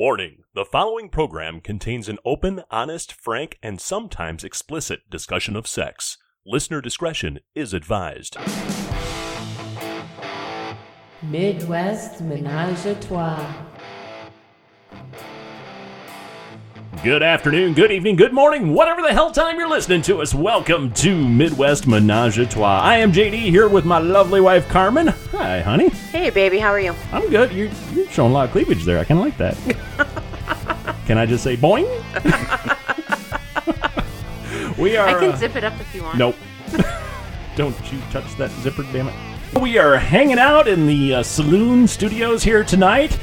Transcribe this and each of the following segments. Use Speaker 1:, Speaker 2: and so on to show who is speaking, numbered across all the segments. Speaker 1: Warning the following program contains an open, honest, frank, and sometimes explicit discussion of sex. Listener discretion is advised.
Speaker 2: Midwest Menage a Trois.
Speaker 1: Good afternoon, good evening, good morning, whatever the hell time you're listening to us. Welcome to Midwest Menage a Trois. I am JD here with my lovely wife Carmen. Hi, honey.
Speaker 3: Hey, baby, how are you?
Speaker 1: I'm good. You're, you're showing a lot of cleavage there. I kind of like that. Can I just say boing? we are.
Speaker 3: I can
Speaker 1: uh,
Speaker 3: zip it up if you want.
Speaker 1: Nope. Don't you touch that zipper, damn it. We are hanging out in the uh, saloon studios here tonight,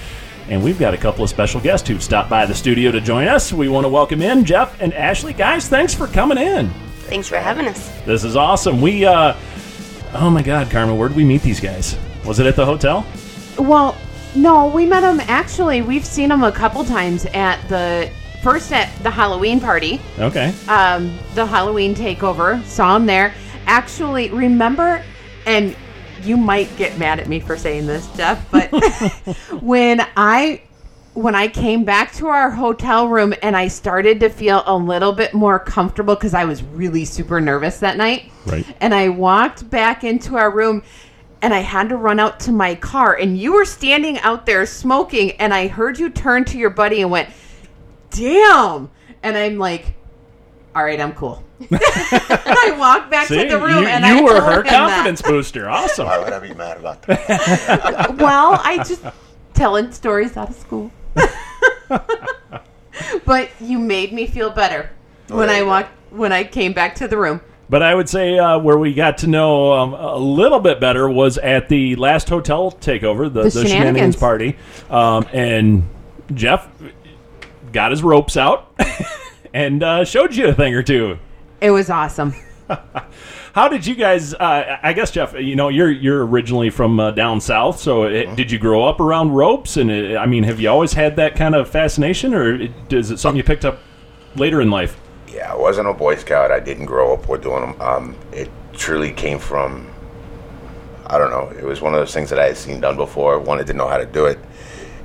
Speaker 1: and we've got a couple of special guests who've stopped by the studio to join us. We want to welcome in Jeff and Ashley. Guys, thanks for coming in.
Speaker 3: Thanks for having us.
Speaker 1: This is awesome. We, uh, oh my God, Carmen, where'd we meet these guys? Was it at the hotel?
Speaker 4: Well, no, we met him actually. We've seen him a couple times at the first at the Halloween party,
Speaker 1: Okay.
Speaker 4: um, the Halloween takeover. Saw him there. Actually, remember, and you might get mad at me for saying this, Jeff, but when I when I came back to our hotel room and I started to feel a little bit more comfortable because I was really super nervous that night.
Speaker 1: Right.
Speaker 4: And I walked back into our room and I had to run out to my car and you were standing out there smoking and I heard you turn to your buddy and went, "Damn." And I'm like, "All right, I'm cool." and I walked back
Speaker 1: See,
Speaker 4: to the room
Speaker 1: you,
Speaker 4: and
Speaker 1: you
Speaker 4: I
Speaker 1: were
Speaker 4: told
Speaker 1: her
Speaker 4: him that.
Speaker 1: confidence booster. Awesome.
Speaker 5: Why would I be mad about that?
Speaker 4: well, I just telling stories out of school. but you made me feel better when
Speaker 5: there
Speaker 4: I
Speaker 5: you go.
Speaker 4: walked when I came back to the room.
Speaker 1: But I would say uh, where we got to know um, a little bit better was at the last hotel takeover, the, the,
Speaker 4: The
Speaker 1: shenanigans.
Speaker 4: shenanigans.
Speaker 1: party. Um, and Jeff got his ropes out and uh, showed you a thing or two.
Speaker 4: It was awesome.
Speaker 1: How did you guys? Uh, I guess Jeff, you know, you're you're originally from uh, down south, so
Speaker 5: Uh-huh.
Speaker 1: it, did you grow up around ropes? And uh I mean, have you always had that kind of fascination, or it- is it something you picked up later in life?
Speaker 5: yeah, I wasn't a Boy Scout. I didn't grow up with doing them. Um, it truly came from, I don't know, it was one of those things that I had seen done before, wanted to know how to do it.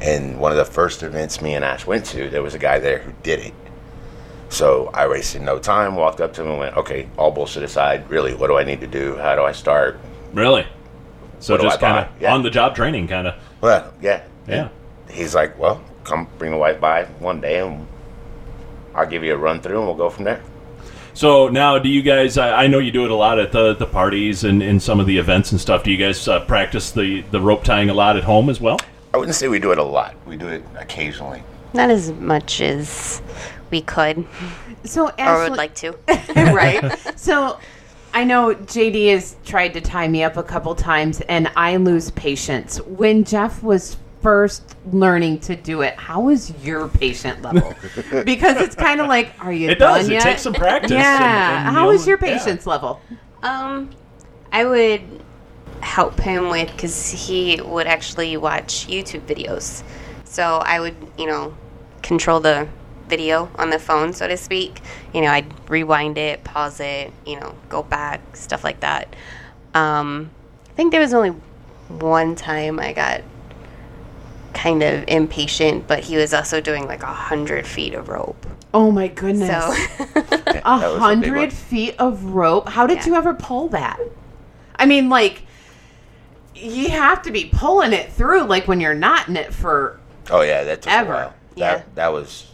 Speaker 5: And one of the first events me and Ash went to, there was a guy there who did it. So I wasted no time, walked up to him and went, okay, all bullshit aside, really, what do I need to do? How do I start?
Speaker 1: Really? So
Speaker 5: What do
Speaker 1: just
Speaker 5: I buy?
Speaker 1: kind of
Speaker 5: Yeah.
Speaker 1: on the job training, kind of.
Speaker 5: Well, yeah.
Speaker 1: Yeah.
Speaker 5: He's like, well, come bring the wife by one day and I'll give you a run through and we'll go from there.
Speaker 1: So now, do you guys? I, I know you do it a lot at the, the parties and, and some of the events and stuff. Do you guys uh, practice the, the rope tying a lot at home as well?
Speaker 5: I wouldn't say we do it a lot. We do it occasionally.
Speaker 3: Not as much as we could
Speaker 4: So
Speaker 3: or
Speaker 4: Ashley,
Speaker 3: would like to.
Speaker 4: right? So I know JD has tried to tie me up a couple times and I lose patience. When Jeff was first learning to do it, how was your patient level? because it's kind of like, are you
Speaker 1: It
Speaker 4: done
Speaker 1: does. It
Speaker 4: yet?
Speaker 1: takes some practice.
Speaker 4: Yeah.
Speaker 1: and- and
Speaker 4: How
Speaker 1: you'll-
Speaker 4: is your
Speaker 1: yeah.
Speaker 4: patience level?
Speaker 3: um, I would help him with because he would actually watch YouTube videos. So I would, you know, control the video on the phone, so to speak. You know, I'd rewind it, pause it, you know, go back, stuff like that. Um, I think there was only one time I got kind of impatient, but he was also doing like a hundred feet of rope.
Speaker 4: Oh my goodness.
Speaker 3: So
Speaker 4: a
Speaker 5: that was a big one.
Speaker 4: hundred feet of rope. How did
Speaker 3: Yeah.
Speaker 4: you ever pull that? I mean, like, you have to be pulling it through, like when you're not in it for.
Speaker 5: Oh yeah, that took
Speaker 4: Ever.
Speaker 5: a while.
Speaker 3: Yeah.
Speaker 5: That that was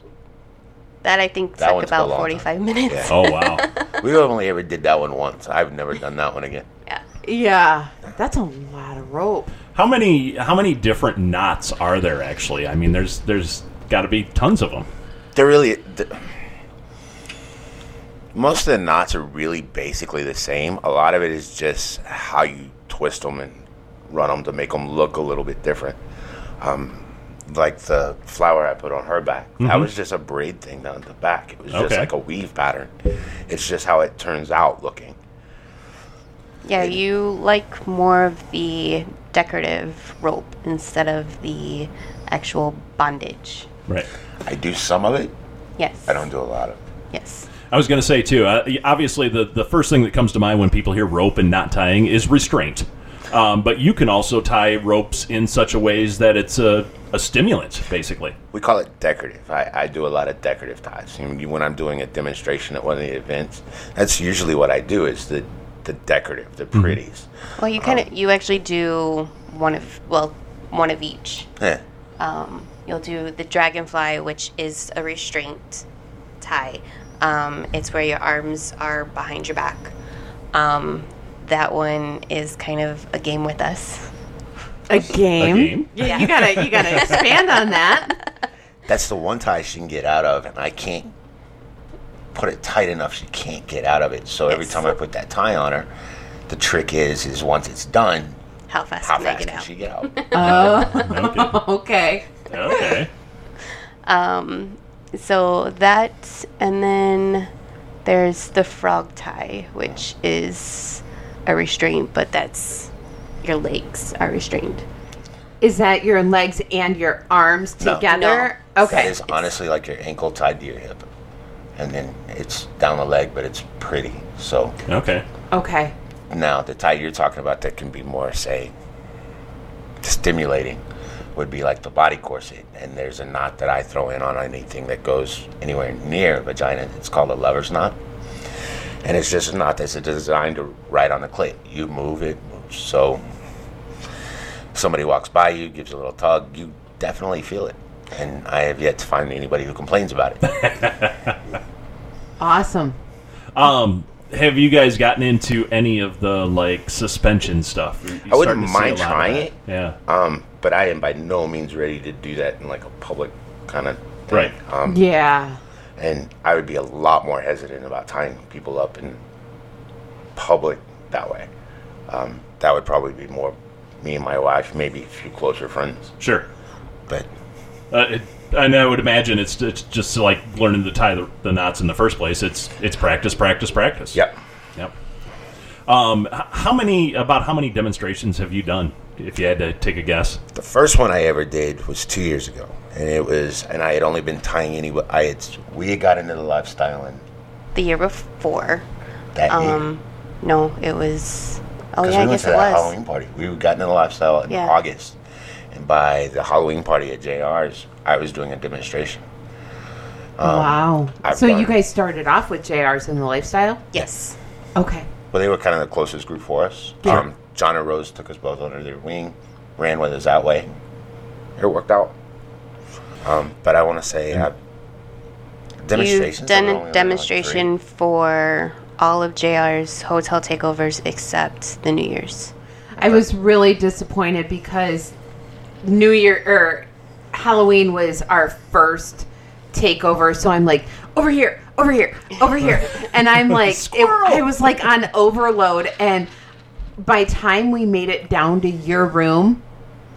Speaker 3: that I think
Speaker 5: That
Speaker 3: took
Speaker 5: one took a
Speaker 3: about
Speaker 5: long time.
Speaker 3: forty five minutes.
Speaker 5: Yeah.
Speaker 1: Oh wow!
Speaker 5: we only ever did that one once. I've never done that one again.
Speaker 3: Yeah.
Speaker 4: Yeah, that's a lot of rope.
Speaker 1: how many how many different knots are there actually? I mean, there's there's got to be tons of them.
Speaker 5: They're really the, most of the knots are really basically the same. A lot of it is just how you twist them and run them to make them look a little bit different. Um, like the flower I put on her back, that was just a braid thing down the back. It was just
Speaker 1: Okay.
Speaker 5: like a weave pattern. It's just how it turns out looking.
Speaker 3: Yeah, you like more of the decorative rope instead of the actual bondage.
Speaker 1: Right.
Speaker 5: I do some of it.
Speaker 3: Yes.
Speaker 5: I don't do a lot of it.
Speaker 3: Yes.
Speaker 1: I was going to say too. Uh, obviously, the the first thing that comes to mind when people hear rope and knot tying is restraint. Um, but you can also tie ropes in such a ways that it's a, a stimulant, basically.
Speaker 5: we call it decorative. I, I do a lot of decorative ties. You know, When I'm doing a demonstration at one of the events, that's usually what I do is the, the decorative, the pretties.
Speaker 3: Well, you
Speaker 5: Um.
Speaker 3: kind of you actually do one of well one of each.
Speaker 5: Yeah.
Speaker 3: Um, you'll do the dragonfly, which is a restraint tie. Um, it's where your arms are behind your back. Um, that one is kind of a game with us.
Speaker 4: A game.
Speaker 1: game?
Speaker 4: Yeah, you gotta you gotta expand on that.
Speaker 5: That's the one tie she can get out of, and I can't put it tight enough. She can't get out of it. So every
Speaker 3: Yes.
Speaker 5: time I put that tie on her, the trick is is once it's done,
Speaker 3: How fast
Speaker 5: how
Speaker 3: can I
Speaker 5: fast
Speaker 3: get
Speaker 5: can
Speaker 3: out?
Speaker 5: she get out?
Speaker 4: Oh,
Speaker 1: Okay.
Speaker 4: okay.
Speaker 1: okay.
Speaker 3: Um, so that, and then there's the frog tie, which is a restraint, but that's your legs are restrained.
Speaker 4: Is that your legs and your arms
Speaker 5: No.
Speaker 4: together?
Speaker 3: No.
Speaker 5: That
Speaker 4: Okay.
Speaker 5: is honestly like your ankle tied to your hip, and then it's down the leg, but it's pretty. So
Speaker 1: Okay.
Speaker 4: Okay.
Speaker 5: now the tie you're talking about that can be more say stimulating would be like the body corset and there's a knot that i throw in on anything that goes anywhere near vagina it's called a lover's knot and it's just a knot that's designed to ride on the clit you move it moves. so somebody walks by you gives a little tug you definitely feel it and i have yet to find anybody who complains about it
Speaker 4: Awesome.
Speaker 1: Um, have you guys gotten into any of the like suspension stuff? You- you
Speaker 5: I
Speaker 1: starting to
Speaker 5: wouldn't
Speaker 1: see a lot
Speaker 5: mind
Speaker 1: of
Speaker 5: trying
Speaker 1: that.
Speaker 5: it.
Speaker 1: Yeah.
Speaker 5: um, but i am by no means ready to do that in like a public kind of thing.
Speaker 1: Right.
Speaker 5: um,
Speaker 4: Yeah.
Speaker 5: and I would be a lot more hesitant about tying people up in public that way. Um, that would probably be more me and my wife, maybe a few closer friends.
Speaker 1: Sure.
Speaker 5: But
Speaker 1: Uh, it, and I would imagine it's, it's just like learning to tie the, the knots in the first place. It's it's practice, practice, practice.
Speaker 5: yep,
Speaker 1: Yep. Um, h- how many about how many demonstrations have you done? If you had to take a guess,
Speaker 5: the first one I ever did was two years ago, and it was, and I had only been tying any. I had we had got into the lifestyle and
Speaker 3: The year before,
Speaker 5: that year.
Speaker 3: um, no, it was, oh yeah,
Speaker 5: we
Speaker 3: I
Speaker 5: went
Speaker 3: guess
Speaker 5: to
Speaker 3: it
Speaker 5: that
Speaker 3: was.
Speaker 5: Halloween party. We got into the lifestyle in
Speaker 3: Yeah.
Speaker 5: August, and by the Halloween party at JR's, I was doing a demonstration.
Speaker 4: wow.
Speaker 5: Um, I've
Speaker 4: so
Speaker 5: done-
Speaker 4: you guys started off with JRs in the lifestyle?
Speaker 3: Yes.
Speaker 4: Okay.
Speaker 5: Well, they were kind of the closest group for us.
Speaker 4: Yeah.
Speaker 5: Um, John and Rose took us both under their wing, ran with us that way. It worked out. Um, but I want to say, uh, demonstrations.
Speaker 3: You've
Speaker 5: there
Speaker 3: done
Speaker 5: were only
Speaker 3: a
Speaker 5: like
Speaker 3: demonstration
Speaker 5: three.
Speaker 3: for all of JR's hotel takeovers except the New Year's.
Speaker 4: I was really disappointed because New Year or Halloween was our first takeover. So I'm like, over here, over here, over here. And I'm like, it, I was like on overload. And by time we made it down to your room,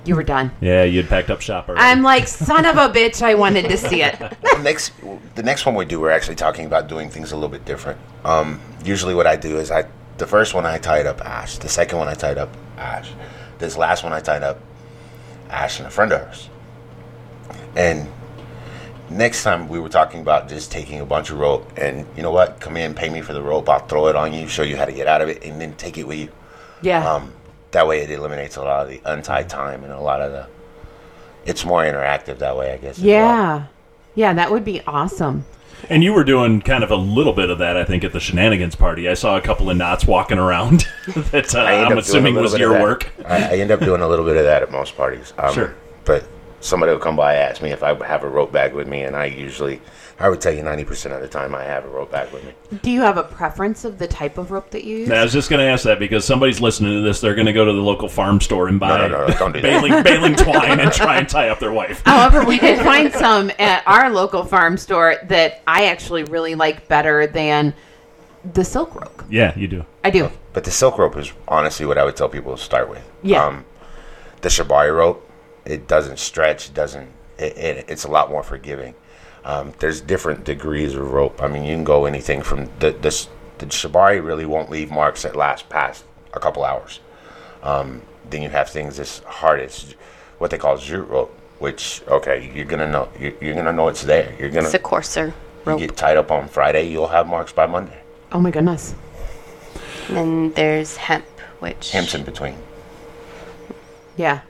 Speaker 4: you were done.
Speaker 1: yeah, you had packed up shop already.
Speaker 4: I'm like, son of a bitch, I wanted to see it.
Speaker 5: The next, the next one we do, we're actually talking about doing things a little bit different. Um, usually, what I do is I, the first one I tied up Ash, the second one I tied up Ash, this last one I tied up Ash and a friend of hers. And next time we were talking about just taking a bunch of rope and you know what, come in, pay me for the rope, I'll throw it on you, show you how to get out of it, and then take it with you.
Speaker 4: Yeah.
Speaker 5: Um, that way, it eliminates a lot of the untied time and a lot of the. It's more interactive that way, I guess. as well.
Speaker 4: yeah. Yeah, that would be awesome.
Speaker 1: and you were doing kind of a little bit of that, I think, at the shenanigans party. I saw a couple of knots walking around that uh,
Speaker 5: I
Speaker 1: I'm
Speaker 5: end up doing a
Speaker 1: assuming
Speaker 5: little
Speaker 1: was
Speaker 5: bit of
Speaker 1: your
Speaker 5: that.
Speaker 1: work.
Speaker 5: I, I end up doing a little bit of that at most parties. Um,
Speaker 1: Sure.
Speaker 5: But somebody will come by ask me if I have a rope bag with me, and I usually, I would tell you ninety percent of the time I have a rope bag with me.
Speaker 4: Do you have a preference of the type of rope that you use?
Speaker 1: Now, I was just going to ask that because somebody's listening to this. They're going to go to the local farm store and buy
Speaker 5: No, no, no, don't do that.
Speaker 1: baling, baling twine and try and tie up their wife.
Speaker 4: However, we did find some at our local farm store that I actually really like better than the silk rope.
Speaker 1: Yeah, you do.
Speaker 4: I do.
Speaker 5: But the silk rope is honestly what I would tell people to start with. Um,
Speaker 4: Yeah.
Speaker 5: the shibari rope, it doesn't stretch. It doesn't. It, it, it's a lot more forgiving. Um, there's different degrees of rope. I mean, you can go anything from the the, s- the shibari really won't leave marks that last past a couple hours. Um, then you have things as hard as what they call jute rope, which okay, you're gonna know you're, you're gonna know it's there. You're gonna
Speaker 3: It's a coarser
Speaker 5: you
Speaker 3: rope.
Speaker 5: get tied up on Friday, you'll have marks by Monday.
Speaker 4: Oh my goodness.
Speaker 3: And then there's hemp, which
Speaker 5: Hemp's in between.
Speaker 4: Yeah.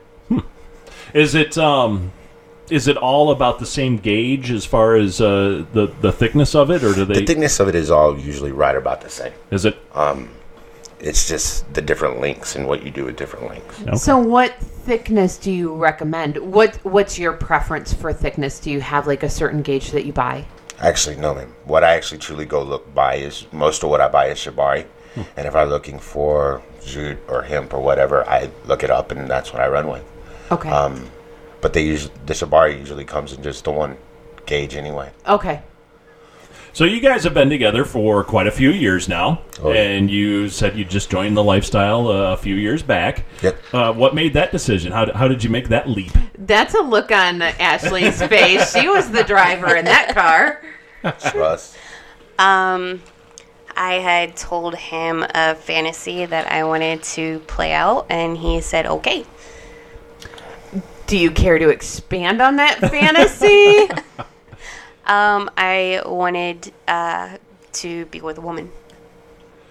Speaker 1: Is it um, is it all about the same gauge as far as uh, the the thickness of it, or do
Speaker 5: The
Speaker 1: they?
Speaker 5: thickness of it is all usually right about the same.
Speaker 1: is it?
Speaker 5: It's just the different links and what you do with different links.
Speaker 1: Okay.
Speaker 4: So what thickness do you recommend? What what's your preference for thickness? Do you have like a certain gauge that you buy?
Speaker 5: Actually, no, ma'am. What I actually truly go look by is most of what I buy is shibari.
Speaker 1: Hmm.
Speaker 5: And if I'm looking for jute or hemp or whatever, I look it up and that's what I run with.
Speaker 4: Okay.
Speaker 5: Um, but they usually, the shibari usually comes in just the one gauge anyway.
Speaker 4: okay.
Speaker 1: So you guys have been together for quite a few years now,
Speaker 5: Oh, yeah.
Speaker 1: and you said you just joined the lifestyle uh, a few years back.
Speaker 5: Yep.
Speaker 1: Uh, what made that decision? How, d- how did you make that leap?
Speaker 4: That's a look on Ashley's face. She was the driver in that car.
Speaker 5: Trust.
Speaker 3: Um, I had told him a fantasy that I wanted to play out, and he said, okay.
Speaker 4: Do you care to expand on that fantasy?
Speaker 3: Um, I wanted uh, to be with a woman.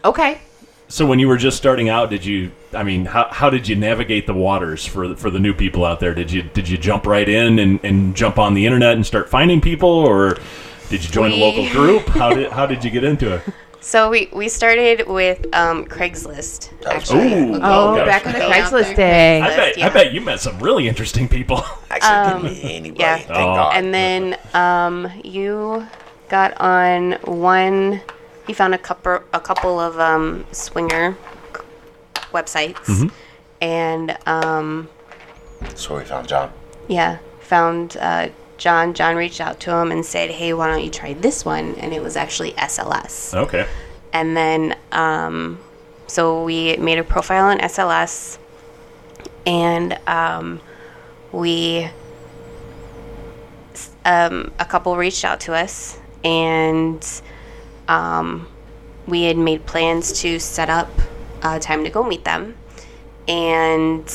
Speaker 4: okay.
Speaker 1: So when you were just starting out, did you? I mean, how, how did you navigate the waters for the, for the new people out there? Did you did you jump right in and, and jump on the internet and start finding people, or did you join a local
Speaker 3: We-
Speaker 1: group? How did how did you get into it?
Speaker 3: So we, we started with um, Craigslist. Actually. Um,
Speaker 1: Ooh,
Speaker 4: Oh,
Speaker 1: gosh.
Speaker 4: back in the
Speaker 3: Going out
Speaker 4: Craigslist
Speaker 3: there.
Speaker 4: day.
Speaker 1: I bet
Speaker 3: yeah.
Speaker 1: I bet you met some really interesting people.
Speaker 5: Actually, it could be anybody.
Speaker 3: Um, yeah.
Speaker 5: Thank
Speaker 1: Oh.
Speaker 5: God.
Speaker 3: And then um, you got on one. You found a couple a couple of um, swinger c- websites, and um,
Speaker 5: That's where we found John.
Speaker 3: yeah, found uh, John. John reached out to him and said, "Hey, why don't you try this one?" And it was actually SLS.
Speaker 1: okay,
Speaker 3: And then, um, so we made a profile on SLS, and um, we s- um, a couple reached out to us, and um, we had made plans to set up a time to go meet them. And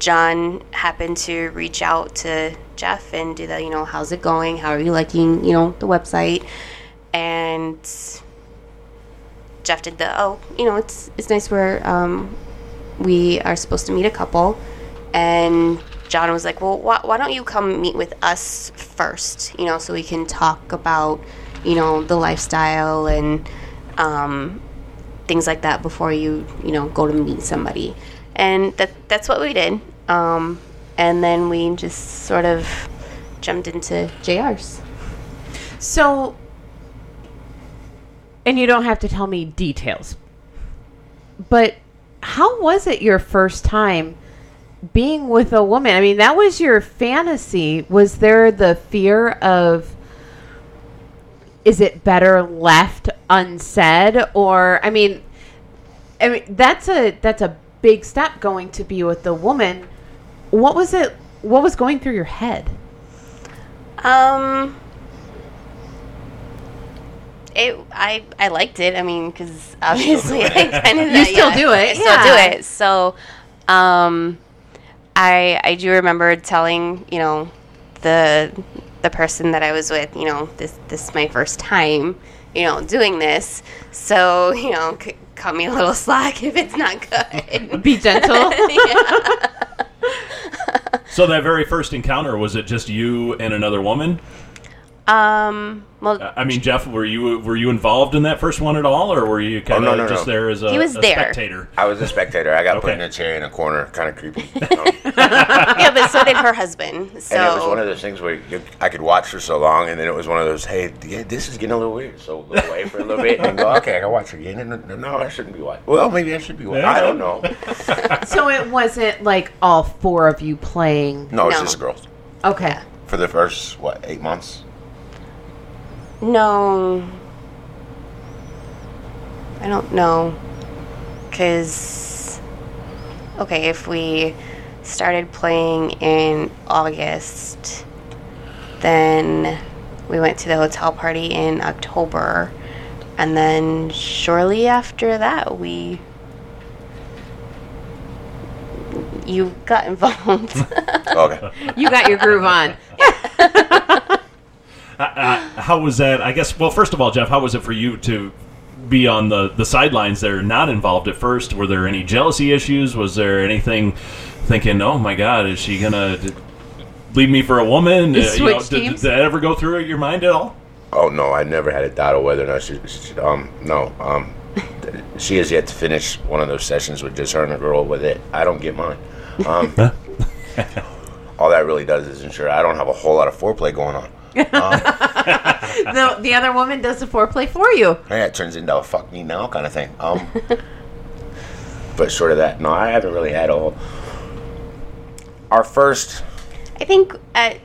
Speaker 3: John happened to reach out to Jeff and do the, you know, how's it going? How are you liking, you know, the website? And Jeff did the oh, you know, it's it's nice where um, we are supposed to meet a couple, and John was like, well, why, why don't you come meet with us first, you know, so we can talk about you know the lifestyle and um, things like that before you you know go to meet somebody, and that that's what we did, um, and then we just sort of jumped into JRs.
Speaker 4: So, and you don't have to tell me details, but how was it your first time being with a woman? I mean, that was your fantasy. Was there the fear of, is it better left unsaid? Or, I mean, I mean that's a that's a big step going to be with the woman. What was it? What was going through your head?
Speaker 3: Um, it I I liked it. I mean, because obviously I kind of
Speaker 4: You still do it,
Speaker 3: I still
Speaker 4: yeah.
Speaker 3: do it. So, um, I I do remember telling you know the the person that I was with you know this this is my first time you know doing this. So you know c- cut me a little slack if it's not good.
Speaker 4: Be gentle.
Speaker 1: so that very first encounter was it just you and another woman?
Speaker 3: um, well.
Speaker 1: I mean, Jeff, were you were you involved in that first one at all, or were you kind of
Speaker 5: Oh, no, no,
Speaker 1: just
Speaker 5: no.
Speaker 1: there as a,
Speaker 3: He was
Speaker 1: a
Speaker 3: there.
Speaker 1: spectator?
Speaker 5: I was a spectator. I got put
Speaker 1: Okay.
Speaker 5: in a chair in a corner, kind of creepy. you know?
Speaker 3: yeah, but so did her husband. So
Speaker 5: And it was one of those things where you, I could watch for so long, and then it was one of those, hey, yeah, this is getting a little weird. So look away for a little bit and go, okay, I can watch her again. And no, no, I shouldn't be watching. Well, maybe I should be watching. I don't know.
Speaker 4: So it wasn't like all four of you playing.
Speaker 5: No, it's
Speaker 3: No.
Speaker 5: just girls.
Speaker 4: Okay.
Speaker 5: For the first, what, eight months?
Speaker 3: No. I don't know. Because, okay, if we started playing in August, then we went to the hotel party in October. And then shortly after that, we. You got involved.
Speaker 5: Okay.
Speaker 4: You got your groove on.
Speaker 1: How was that? I guess. Well, first of all, Jeff, how was it for you to be on the, the sidelines there, not involved at first? Were there any jealousy issues? Was there anything thinking, oh my God, is she going to leave me for a woman? Uh,
Speaker 4: Switch
Speaker 1: did, did
Speaker 4: teams?
Speaker 1: that ever go through your mind at all?
Speaker 5: Oh no, I never had a doubt of whether or not she. she she- um, no. Um, th- she has yet to finish one of those sessions with just her and a girl with it. I don't get mine. Um, all that really does is ensure I don't have a whole lot of foreplay going on.
Speaker 4: the, the other woman does the foreplay for you.
Speaker 5: Hey, that turns into a fuck me now kind of thing. Um, but short of that, no, I haven't really had a whole. Our first,
Speaker 3: I think at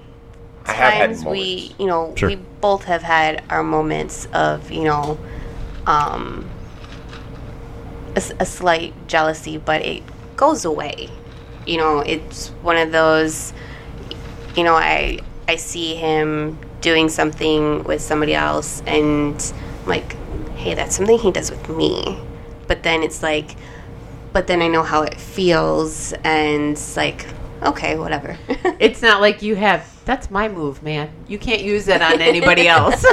Speaker 5: I have had
Speaker 3: times
Speaker 5: moments.
Speaker 3: we, you know,
Speaker 1: Sure.
Speaker 3: we both have had our moments of, you know, um, a, s- a slight jealousy, but it goes away. You know, it's one of those. You know, I I see him doing something with somebody else, and I'm like, hey, that's something he does with me. But then it's like, but then I know how it feels, and it's like, okay, whatever.
Speaker 4: It's not like you have. That's my move, man. You can't use it on anybody else.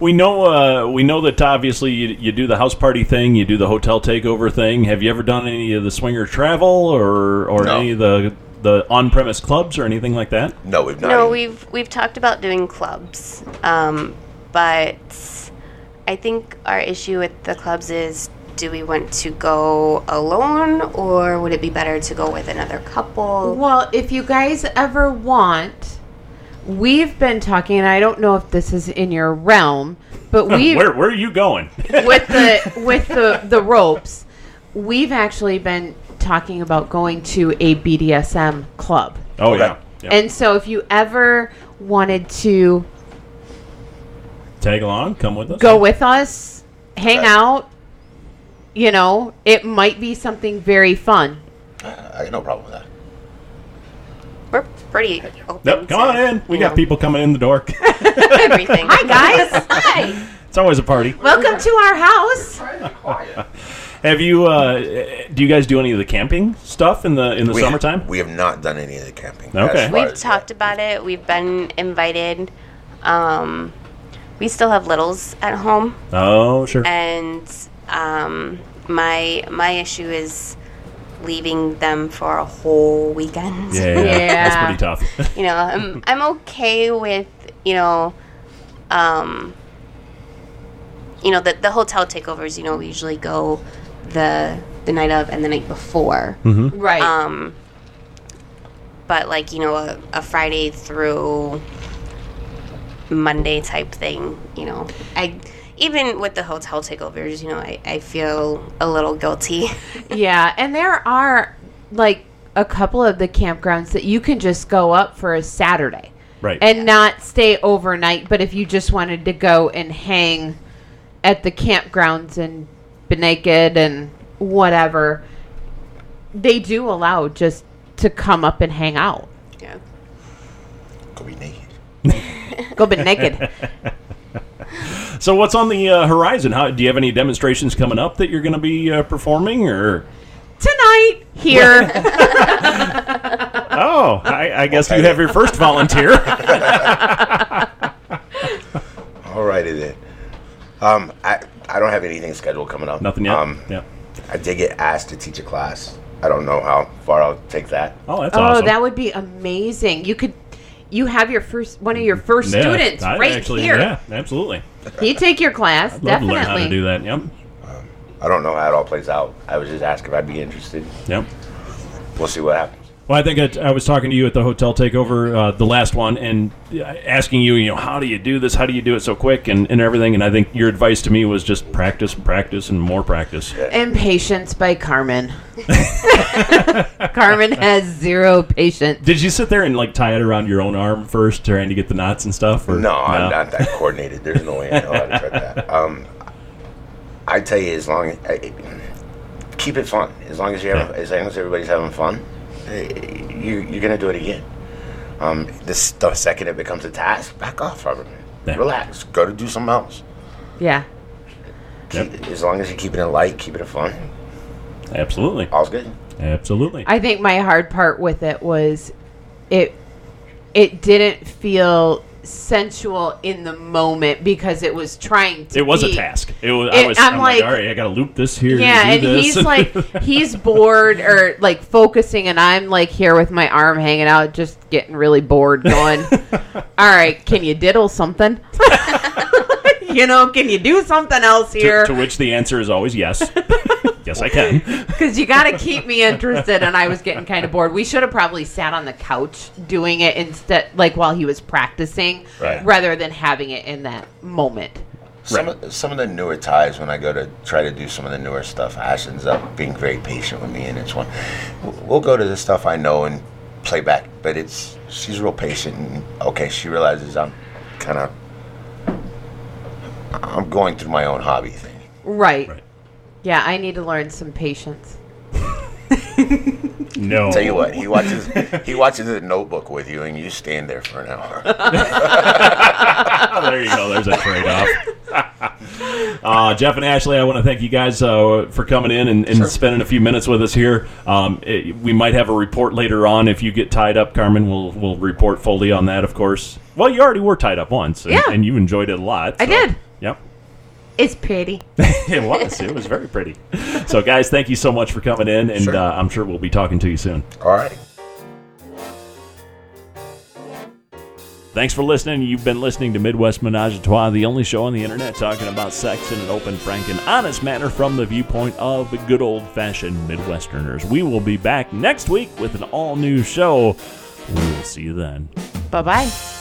Speaker 1: We know, uh, we know that obviously you, you do the house party thing, you do the hotel takeover thing. Have you ever done any of the swinger travel or or
Speaker 5: No.
Speaker 1: any of the the on premise clubs or anything like that?
Speaker 5: No, we've not.
Speaker 3: No,
Speaker 5: even-
Speaker 3: we've we've talked about doing clubs, um, but I think our issue with the clubs is: do we want to go alone, or would it be better to go with another couple?
Speaker 4: Well, if you guys ever want, we've been talking, and I don't know if this is in your realm, but we've
Speaker 1: Where where are you going?
Speaker 4: with the with the the ropes, we've actually been talking about going to a BDSM club.
Speaker 1: oh
Speaker 5: Okay.
Speaker 1: yeah. Yeah.
Speaker 4: And so if you ever wanted to
Speaker 1: tag along, come with us.
Speaker 4: go with us, hang
Speaker 5: Okay.
Speaker 4: out, you know, it might be something very fun.
Speaker 5: I got no problem with that.
Speaker 3: We're pretty open.
Speaker 1: Yep, come
Speaker 3: to,
Speaker 1: on in. We
Speaker 3: you
Speaker 1: got
Speaker 3: know,
Speaker 1: people coming in the door.
Speaker 3: Everything.
Speaker 4: Hi guys. Hi.
Speaker 1: it's always a party.
Speaker 4: Welcome to our house.
Speaker 1: Have you? Uh, do you guys do any of the camping stuff in the in the
Speaker 5: We
Speaker 1: summertime?
Speaker 5: we have not done any of the camping.
Speaker 1: Okay.
Speaker 5: As far
Speaker 3: We've
Speaker 5: as-
Speaker 3: talked about it. We've been invited. Um, we still have littles at home.
Speaker 1: oh sure.
Speaker 3: and um, my my issue is leaving them for a whole weekend.
Speaker 1: Yeah,
Speaker 4: Yeah.
Speaker 1: that's pretty tough.
Speaker 3: you know, I'm I'm okay with you know, um, you know the the hotel takeovers. You know, we usually go the the night of and the night before.
Speaker 4: Right.
Speaker 3: Um, but like you know, a, a Friday through Monday type thing. You know, I even with the hotel takeovers, you know, I, I feel a little guilty.
Speaker 4: yeah, and there are like a couple of the campgrounds that you can just go up for a Saturday.
Speaker 1: right.
Speaker 4: and not stay overnight. But if you just wanted to go and hang at the campgrounds and be naked and whatever, they do allow just to come up and hang out.
Speaker 3: yeah.
Speaker 5: Could be naked.
Speaker 4: Go be naked.
Speaker 1: so what's on the uh, horizon? How do you have any demonstrations coming up that you're going to be uh, performing or?
Speaker 4: Tonight, here.
Speaker 1: Oh, I, I guess
Speaker 5: Okay.
Speaker 1: you have your first volunteer.
Speaker 5: Alrighty then. Um, I I don't have anything scheduled coming up.
Speaker 1: Nothing yet.
Speaker 5: Um,
Speaker 1: yeah.
Speaker 5: I did get asked to teach a class. I don't know how far I'll take that.
Speaker 1: Oh, that's
Speaker 4: oh,
Speaker 1: awesome.
Speaker 4: that would be amazing. You could. You have your first one of your first
Speaker 1: Yeah,
Speaker 4: students
Speaker 1: I
Speaker 4: right
Speaker 1: actually,
Speaker 4: here.
Speaker 1: Yeah, absolutely.
Speaker 4: You take your class,
Speaker 1: I'd love
Speaker 4: definitely.
Speaker 1: to learn how to do that. Yep.
Speaker 5: I don't know how it all plays out. I was just asking if I'd be interested.
Speaker 1: Yep.
Speaker 5: We'll see what happens.
Speaker 1: Well, I think I, I was talking to you at the hotel takeover, uh, the last one, and uh, asking you, you know, how do you do this? How do you do it so quick and, and everything? And I think your advice to me was just practice, practice, and more practice.
Speaker 4: And Patience by Carmen. Carmen has zero patience.
Speaker 1: Did you sit there and like tie it around your own arm first, trying to get the knots and stuff? Or
Speaker 5: No, I'm not that coordinated. There's no way I know how to try that. Um, I tell you, as long as I, keep it fun, as long as you have, as long as everybody's having fun, eh, you you're gonna do it again. Um, this the second it becomes a task, back off from it.
Speaker 1: Yeah.
Speaker 5: Relax. Go to do something else.
Speaker 4: Yeah.
Speaker 5: Keep- As long as you're keeping it light, keeping it fun,
Speaker 1: Absolutely,
Speaker 5: all's good.
Speaker 1: absolutely.
Speaker 4: I think my hard part with it was it it didn't feel sensual in the moment because it was trying to.
Speaker 1: It was a
Speaker 4: be-
Speaker 1: task. It was. I
Speaker 4: It-
Speaker 1: was. I'm,
Speaker 4: I'm
Speaker 1: like,
Speaker 4: like-
Speaker 1: all right, I got to loop this here.
Speaker 4: Yeah,
Speaker 1: do
Speaker 4: and
Speaker 1: this."
Speaker 4: he's like he's bored or like focusing, and I'm like here with my arm hanging out, just getting really bored. Going, all right, can you diddle something? you know, can you do something else
Speaker 1: to,
Speaker 4: here?
Speaker 1: to which the answer is always yes. yes, I can.
Speaker 4: Because you got to keep me interested, and I was getting kind of bored. We should have probably sat on the couch doing it instead, like while he was practicing,
Speaker 5: Right.
Speaker 4: rather than having it in that moment.
Speaker 5: Some of, some of the newer ties when I go to try to do some of the newer stuff, Ash ends up being very patient with me, and it's one w- we'll go to the stuff I know and play back, but it's she's real patient. And, okay, she realizes I'm kind of I'm going through my own hobby thing.
Speaker 4: Right.
Speaker 1: Right.
Speaker 4: Yeah, I need to learn some patience.
Speaker 1: No.
Speaker 5: Tell you what, he watches he watches the Notebook with you, and you stand there for an hour.
Speaker 1: Oh, there you go. There's a trade off. uh, Jeff and Ashley, I want to thank you guys uh, for coming in and, and spending a few minutes with us here. Um, it- we might have a report later on if you get tied up, Carmen. We'll we'll report fully on that, of course. Well, you already were tied up once, and,
Speaker 4: Yeah.
Speaker 1: and you enjoyed it a lot.
Speaker 4: I
Speaker 1: so-
Speaker 4: did.
Speaker 1: Yep.
Speaker 4: It's pretty.
Speaker 1: It was. It was very pretty. So, guys, thank you so much for coming in, and
Speaker 5: Sure.
Speaker 1: uh, I'm sure we'll be talking to you soon.
Speaker 5: All right.
Speaker 1: Thanks for listening. You've been listening to Midwest Menage a Trois, the only show on the internet talking about sex in an open, frank, and honest manner from the viewpoint of the good old fashioned Midwesterners. We will be back next week with an all new show. We will see you then.
Speaker 4: Bye bye.